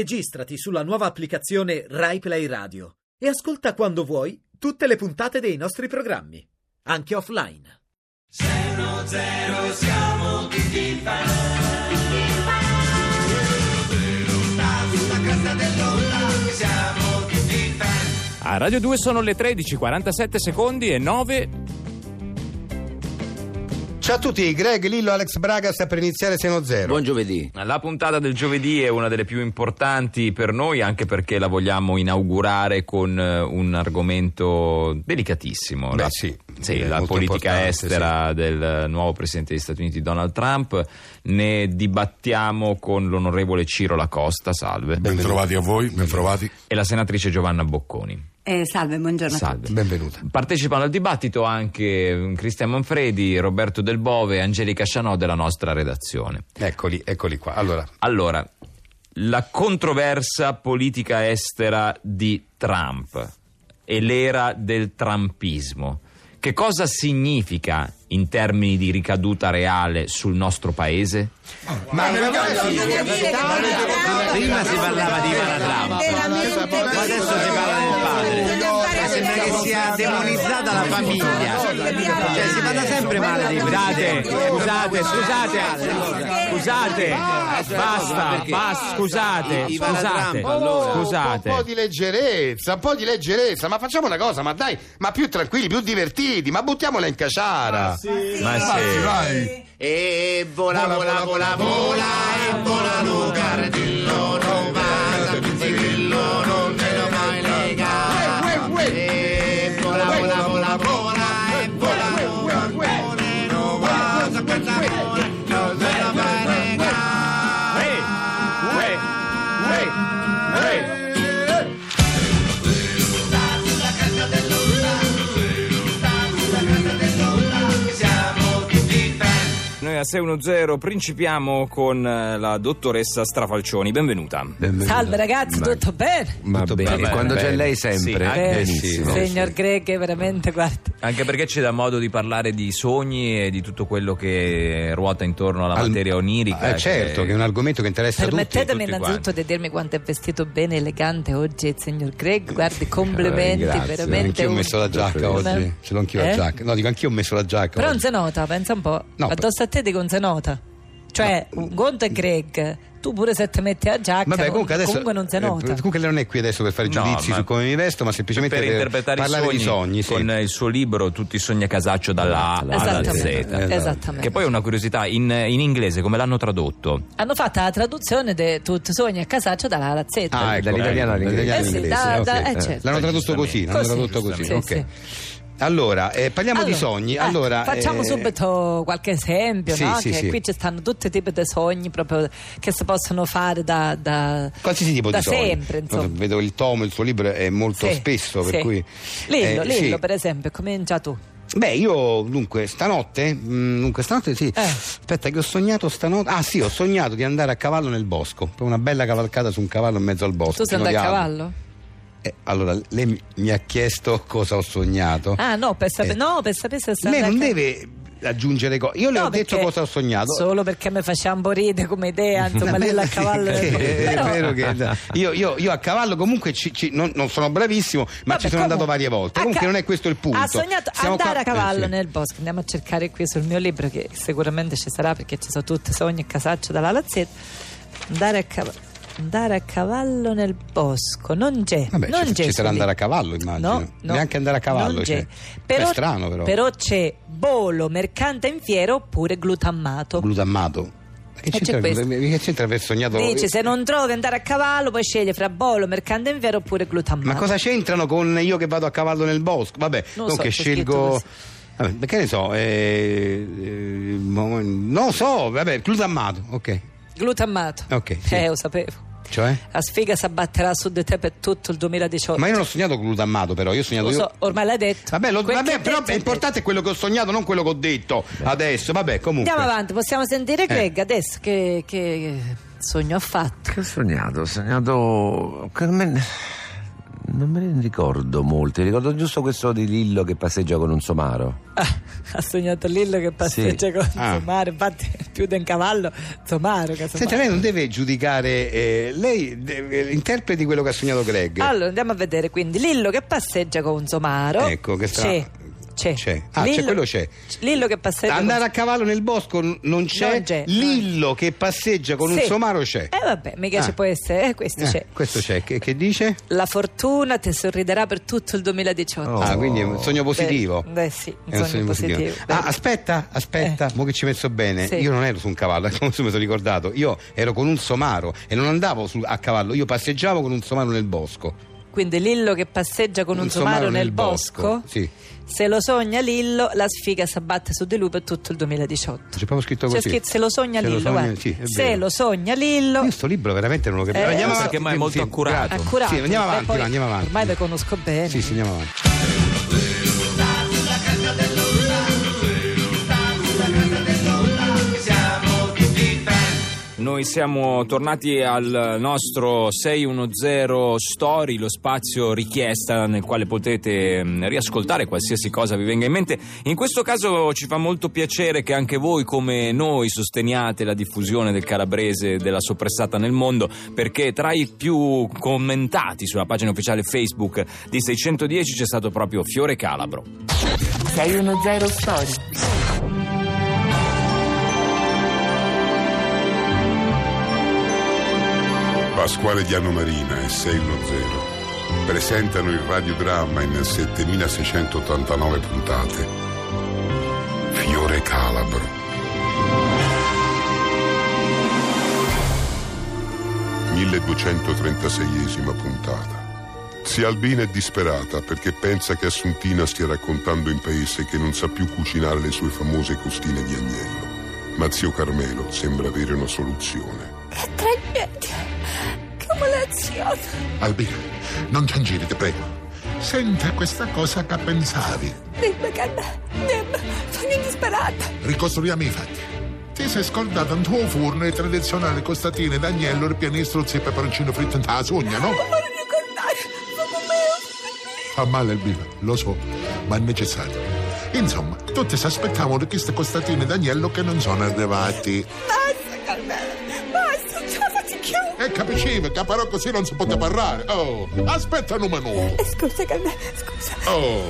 Registrati sulla nuova applicazione RaiPlay Radio e ascolta quando vuoi tutte le puntate dei nostri programmi, anche offline. A Radio 2 sono le 13:47 secondi e 9 Ciao a tutti, Greg, Lillo, Alex Braga sta per iniziare Seno Zero. Buon giovedì. La puntata del giovedì è una delle più importanti per noi, anche perché la vogliamo inaugurare con eh, un argomento delicatissimo. Beh, la, sì, sì, è la molto politica importante, estera del nuovo presidente degli Stati Uniti Donald Trump. Ne dibattiamo con l'onorevole Ciro Lacosta, salve, Ben trovati a voi, ben trovati. e la senatrice Giovanna Bocconi. Eh, salve, buongiorno. a Salve. Benvenuta. Partecipano al dibattito anche mm, Cristian Manfredi, Roberto Del Bove e Angelica Chanò della nostra redazione. Eccoli, eccoli qua. Allora, Allora, la controversa politica estera di Trump e l'era del trumpismo. Che cosa significa in termini di ricaduta reale sul nostro paese? ma Prima si parlava di Ivana Trump, ma adesso si parla del padre. Ma sembra che sia demonizzata la famiglia. Cioè, si parla sempre male di Scusate, scusate, scusate, scusate, basta, Perché? basta, scusate, I- Ivana scusate, Trump, allora. scusate. Un Oh, po' di leggerezza, un po' di leggerezza, ma facciamo una cosa, ma dai, ma più tranquilli, più divertiti, ma buttiamola in caciara. Ma Vai, sì. vai. Eh. E vola, vola, vola, vola, e vola Lucardillo, non basta, pizzicrillo, non te lo mai legare. Uè, uè, uè. E vola, vola, vola, vola, e vola Lucardillo, non basta, questa vola, non te lo mai legare. Noi a 610 principiamo con eh, la dottoressa Strafalcioni, benvenuta. Salve ragazzi, tutto bene? Ma Eh, Tutto bene, bene, quando bene. c'è lei sempre, Sì, eh, anche benissimo. sì, Signor Greg, veramente guarda. Anche perché ci dà modo di parlare di sogni e di tutto quello che ruota intorno alla Al- materia onirica. Eh, certo, che è un argomento che interessa a tutti. Permettetemi tutti innanzitutto quanti. di dirmi quanto è vestito bene, elegante oggi il signor Greg. Guardi, complimenti, Grazie, veramente. Eh, Anch'io ho un- messo la giacca oggi, ce l'ho anch'io la Eh? giacca. No, dico anch'io ho messo la giacca Però non oggi. si nota, pensa un po'. No, Addosso a te dico non si nota. Cioè, un conto è Greg, tu pure se ti metti la giacca, Vabbè, comunque adesso non si eh, nota. comunque lei non è qui adesso per fare No, giudizi ma- su come mi vesto, ma semplicemente per interpretare i parlare sogni, di sogni, sì. con eh, il suo libro Tutti i sogni a casaccio dalla A alla Z. Esattamente, esattamente. Che poi è una curiosità, in, in inglese come l'hanno tradotto? Hanno fatto la traduzione di Tutti sogni a casaccio dalla Lazzetta. Ah, Eh, ecco, dall'italiano ecco, all'inglese. dall'italiano Eh sì, all'inglese, da- da- ok. eh, certo. L'hanno tradotto così, l'hanno Così, tradotto così, giustamente. ok. Sì, Allora, eh, parliamo di sogni. eh, allora, facciamo eh, subito qualche esempio, sì, no? sì, che sì. qui ci stanno tutti i tipi di sogni proprio che si possono fare da, da- Qualsiasi tipo da di sogni. sempre. Insomma. Vedo il tomo, il suo libro è molto Sì, spesso, per sì. cui... Lillo, eh, Lillo, sì. per esempio, comincia tu. Beh, io dunque stanotte, mm, dunque stanotte sì, Eh. aspetta che ho sognato stanotte, ah sì, ho sognato di andare a cavallo nel bosco, poi una bella cavalcata su un cavallo in mezzo al bosco. Tu sei pieno andato a di alberi. cavallo? Eh, allora, lei mi- mi ha chiesto cosa ho sognato. Ah, no, per sapere, Eh. no, per sapere se sei lei non andato a- deve aggiungere cose, io le No, ho detto perché- cosa ho sognato. Solo perché mi facciamo un po' ridere come idea, insomma, lì a cavallo. Sì, è Però- vero che io, io- io a cavallo comunque ci- ci- non, non sono bravissimo, ma Vabbè, ci sono andato comunque. varie volte. A Comunque ca- non è questo il punto. Ha sognato Siamo andare qua- a cavallo eh, sì. nel bosco. Andiamo a cercare qui sul mio libro, che sicuramente ci sarà perché ci sono tutti sogni e casaccio dalla Lazzetta. Andare a cavallo. Andare a cavallo nel bosco, non c'è. Vabbè, non ci- c'è ci sarà sul andare a libro. cavallo, immagino. No, no, Neanche andare a cavallo non c'è. c'è. Beh, è strano, però. c'è bolo, mercante in fiera oppure glutammato. Glutammato. Che Eh, c'è c'entra, questo. che c'entra aver sognato? Dice se non trovi andare a cavallo, poi scegli fra bolo, mercante in fiera oppure glutammato. Ma cosa c'entrano con io che vado a cavallo nel bosco? Vabbè, Non non, so, che c'è scritto scelgo. così. Vabbè, perché ne so, eh, eh, mo- non so, vabbè, glutammato, ok. Glutammato. Ok, sì. Eh, lo sapevo. Cioè? La sfiga si abbatterà su di te per tutto il 2018. Ma io non ho sognato glutammato, però, io ho sognato. Lo io- so, ormai l'hai detto. Vabbè, lo- Quel che vabbè, hai però detto, è hai importante quello che ho sognato, non quello che ho detto adesso. Vabbè, comunque. Andiamo avanti, possiamo sentire Greg Eh. adesso che, che sogno ha fatto. Che ho sognato? Ho sognato. che me- non me ne ricordo molti, ricordo giusto questo di Lillo che passeggia con un somaro. Ah, ha sognato Lillo che passeggia Sì. con Ah. Zomaro, infatti più di un cavallo, Zomaro. che Senta, Zomaro. lei non deve giudicare, eh, lei eh, interpreti quello che ha sognato Greg. Allora andiamo a vedere quindi Lillo che passeggia con un Zomaro. Ecco, che strano. c'è. C'è. C'è. Ah, c'è, quello c'è. Lillo che passeggia Andare con a cavallo nel bosco n- non c'è, Non c'è. Lillo che passeggia con un Sì. somaro c'è. Eh vabbè, mica Ah. ci può essere, eh, questo Eh, c'è. Questo c'è, che, che dice? La fortuna ti sorriderà per tutto il 2018. Oh. Ah, quindi è un sogno Beh, positivo. beh, sì, un È sogno positivo. Ah, Beh. aspetta, aspetta, Eh. mo che ci penso bene. Sì. Io non ero su un cavallo, eh, come se mi sono ricordato. Io ero con un somaro e non andavo su- a cavallo, io passeggiavo con un somaro nel bosco. Quindi Lillo che passeggia con un, somaro, nel, bosco. Sì. Se lo sogna Lillo, la sfiga si abbatte su di lui per tutto il 2018. C'è proprio scritto C'è così. scritto se lo sogna Se lo Lillo, sogna- guarda. sì, è se vero. lo sogna Lillo, Io sto libro veramente non lo capisco. Eh, Andiamo sì, avanti. perché ma è molto Sì, accurato. accurato. Sì, andiamo Beh, avanti, poi no, andiamo avanti. Ormai lo conosco bene. Sì, sì, andiamo avanti. Noi siamo tornati al nostro 610 Story, lo spazio richiesta nel quale potete mh, riascoltare qualsiasi cosa vi venga in mente. In questo caso ci fa molto piacere che anche voi, come noi, sosteniate la diffusione del calabrese e della soppressata nel mondo, perché tra i più commentati sulla pagina ufficiale Facebook di 610 c'è stato proprio Fiore Calabro. 610 Story. Pasquale Diano Marina e 610 presentano il radiodramma in 7689 puntate. Fiore Calabro. ...1236esima puntata. Zia Albina è disperata perché pensa che Assuntina stia raccontando in paese che non sa più cucinare le sue famose costine di agnello. Ma zio Carmelo sembra avere una soluzione. Albina, non piangere, ti prego. Senta questa cosa che pensavi. Ricostruiamo i fatti. Ti sei scordato un tuo forno e tradizionale costatine d'agnello, ripieni struzzi e peperoncino fritto in la sogna, no? Non voglio ricordare, Fa male Albina, lo so, ma è necessario. Insomma, tutti si aspettavano di queste costatine d'agnello che non sono arrivati. E capiscivi che però così non si poteva parlare. Oh, aspetta un minuto. Scusa, Carmela, scusa. Oh,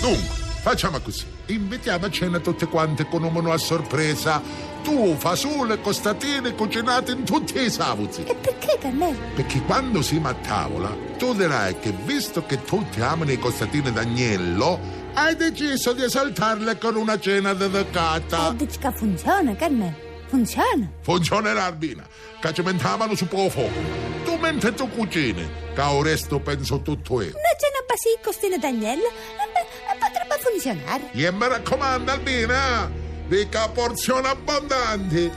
dunque, facciamo così. Invitiamo a cena tutte quante con un menù a sorpresa. Tu, fasole e costatine cucinate in tutti i savuzi. E perché, Carmela? Perché quando siamo a tavola, tu dirai che visto che tutti amano i costatini d'agnello, hai deciso di esaltarle con una cena dedicata. Eh, dici che funziona, Carmela. Funziona. Funzionerà Albina, che ci mentavano su poco fuoco. Tu mentre tu cucini, che al resto penso tutto io. Una cena basi di costine d'agnello eh, beh, eh, potrebbe funzionare. E mi raccomando, Albina, dica porzioni abbondanti.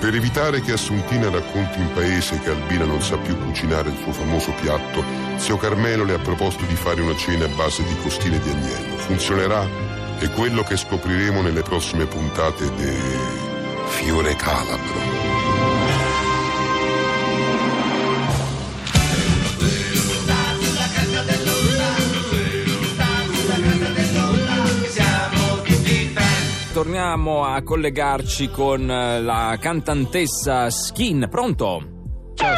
Per evitare che Assuntina racconti in paese che Albina non sa più cucinare il suo famoso piatto, zio Carmelo le ha proposto di fare una cena a base di costine di agnello. Funzionerà? È quello che scopriremo nelle prossime puntate di Fiore Calabro. Torniamo a collegarci con eh, la cantantessa Skin. Pronto? Ciao. Ah,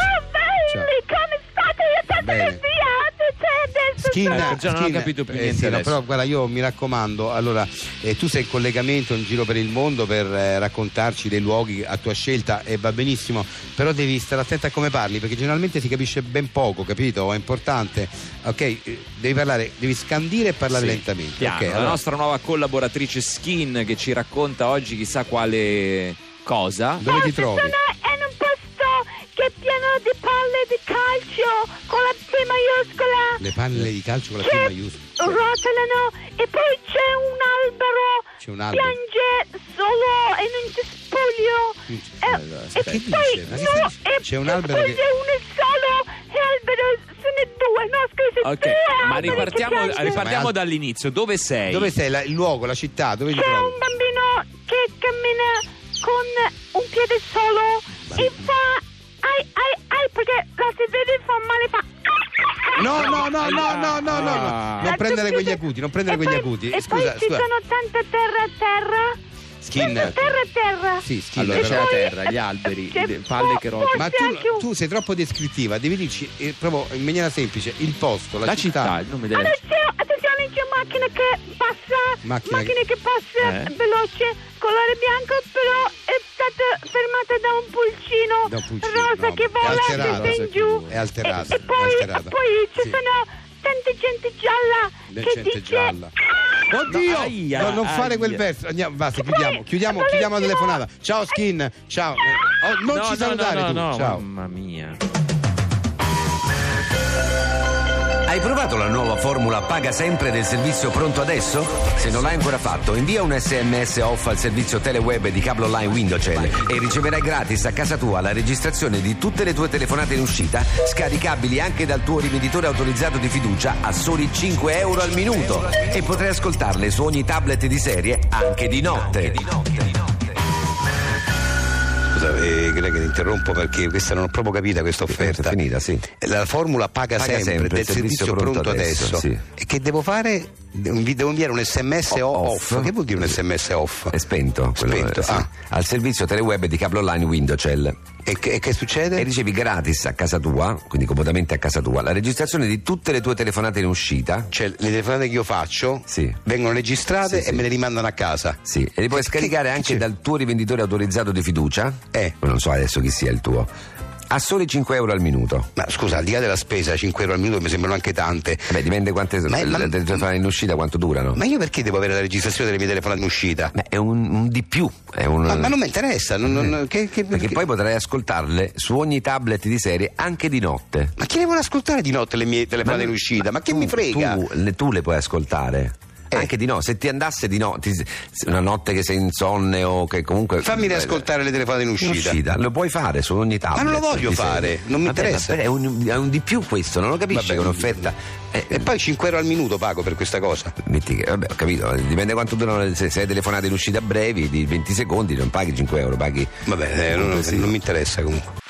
Ciao. belli, come state? Io tanto Bene. inviate, cioè adesso... Schina, Ecco, già non ho capito più Eh, niente sì, no, adesso. però guarda, io mi raccomando, allora, eh, tu sei in collegamento in giro per il mondo per eh, raccontarci dei luoghi a tua scelta e va benissimo, però devi stare attenta a come parli perché generalmente si capisce ben poco, capito? È importante. Ok, eh, devi parlare, devi scandire e parlare Sì, lentamente. piano. ok, La allora- nostra nuova collaboratrice Skin che ci racconta oggi chissà quale cosa. dove ti trovi? È in un posto che è pieno di palle di calcio con la P maiuscola. Le palle di calcio con la P Che maiuscola. Rotolano e poi c'è un albero C'è un albero. piange solo in un cespuglio Allora, aspetta, Eh, e che poi Eh, dice? Ma che no, dice? e- C'è un e albero poi che- c'è uno solo e albero se ne due no scusa Ok, due ma alberi che ripartiamo, piangono. ripartiamo dall'inizio. Dove sei? Dove sei? La- il luogo, la città, dove ti c'è trovi? un bambino che cammina con un piede solo e fa ai ai ai perché la si vede fa male fa No, no, no, no, no, no, no. Ah. Non La prendere zucchine- quegli acuti, non prendere e quegli poi- acuti. E Scusa, poi ci scusa. sono tante terra a terra. Skinner. Tanta Terra a terra. Sì, sì, E allora c'è la poi- terra, gli alberi, c'è le palle che fo- rotolano. Ma forse tu, anche un- tu sei troppo descrittiva, devi dirci eh, proprio in maniera semplice il posto, la, La città, il nome della Adesso, attenzione, c'è macchina che passa, Macchina macchina che passa Eh. veloce, colore bianco, però è stata fermata da un pulcino, Da un pulcino, rosa no, che è vola alterata, testa in rosa giù. che è alterata. E, e poi, è alterata. poi ci Sì. sono tante gente gialla Del che gente dice... gialla. Oddio! No, non fare quel verso. Andiamo, basta, chiudiamo, chiudiamo, chiudiamo la telefonata. Ciao Skin, ciao. Eh, oh, non No, ci no, salutare no, tu. no, no, ciao. Mamma mia. Hai provato la nuova formula Paga sempre del servizio Pronto Adesso? Se non l'hai ancora fatto, invia un sms off al servizio teleweb di Cablo Online Windowcell e riceverai gratis a casa tua la registrazione di tutte le tue telefonate in uscita, scaricabili anche dal tuo rivenditore autorizzato di fiducia a soli 5 euro al minuto e potrai ascoltarle su ogni tablet di serie anche di notte. Scusa, eh, Greg, ti interrompo perché questa non ho proprio capita questa offerta. finita, sì. La formula paga, Paga sempre, sempre, del servizio, pronto, adesso. sì. E che devo fare? Devo invi- devo inviare un sms O- off. off. Che vuol dire un sms off? È spento, quello Spento, eh, sì. ah. al servizio teleweb di Cablo Online Windowcell. E che, e che succede? e ricevi gratis a casa tua, quindi comodamente a casa tua, la registrazione di tutte le tue telefonate in uscita. Cioè, le telefonate che io faccio Sì. vengono registrate Sì, sì. e me le rimandano a casa. Sì, e li puoi Che- scaricare che- anche che- dal tuo rivenditore autorizzato di fiducia. Eh. Non so adesso chi sia il tuo. A soli 5 euro al minuto. Ma scusa, al di là della spesa, 5 euro al minuto mi sembrano anche tante. Beh, dipende quante Ma- le ma- le telefonate in uscita quanto durano. Ma io perché devo avere la registrazione delle mie telefonate in uscita? Beh, è un, un di più. È un, Ma, ma non mi interessa. non- non- che- che- Mm. perché che- poi potrai ascoltarle su ogni tablet di serie anche di notte. Ma chi le vuole ascoltare di notte le mie telefonate in uscita? Ma che tu- mi frega? Tu le, tu le puoi ascoltare. Eh. Anche di no, se ti andasse di no, ti- una notte che sei insonne o che comunque. Fammi riascoltare le telefonate in In uscita. uscita, lo puoi fare su ogni tavola. non lo voglio fare, non mi interessa. È un, è un di più questo, non lo capisci Vabbè, che è un'offerta. Eh, E poi 5 euro al minuto pago per questa cosa. metti che- vabbè, ho capito, eh, dipende quanto durano, le- se sei telefonate in uscita brevi di 20 secondi, non paghi 5 euro, paghi. Vabbè, eh, non, Sì. non mi interessa comunque.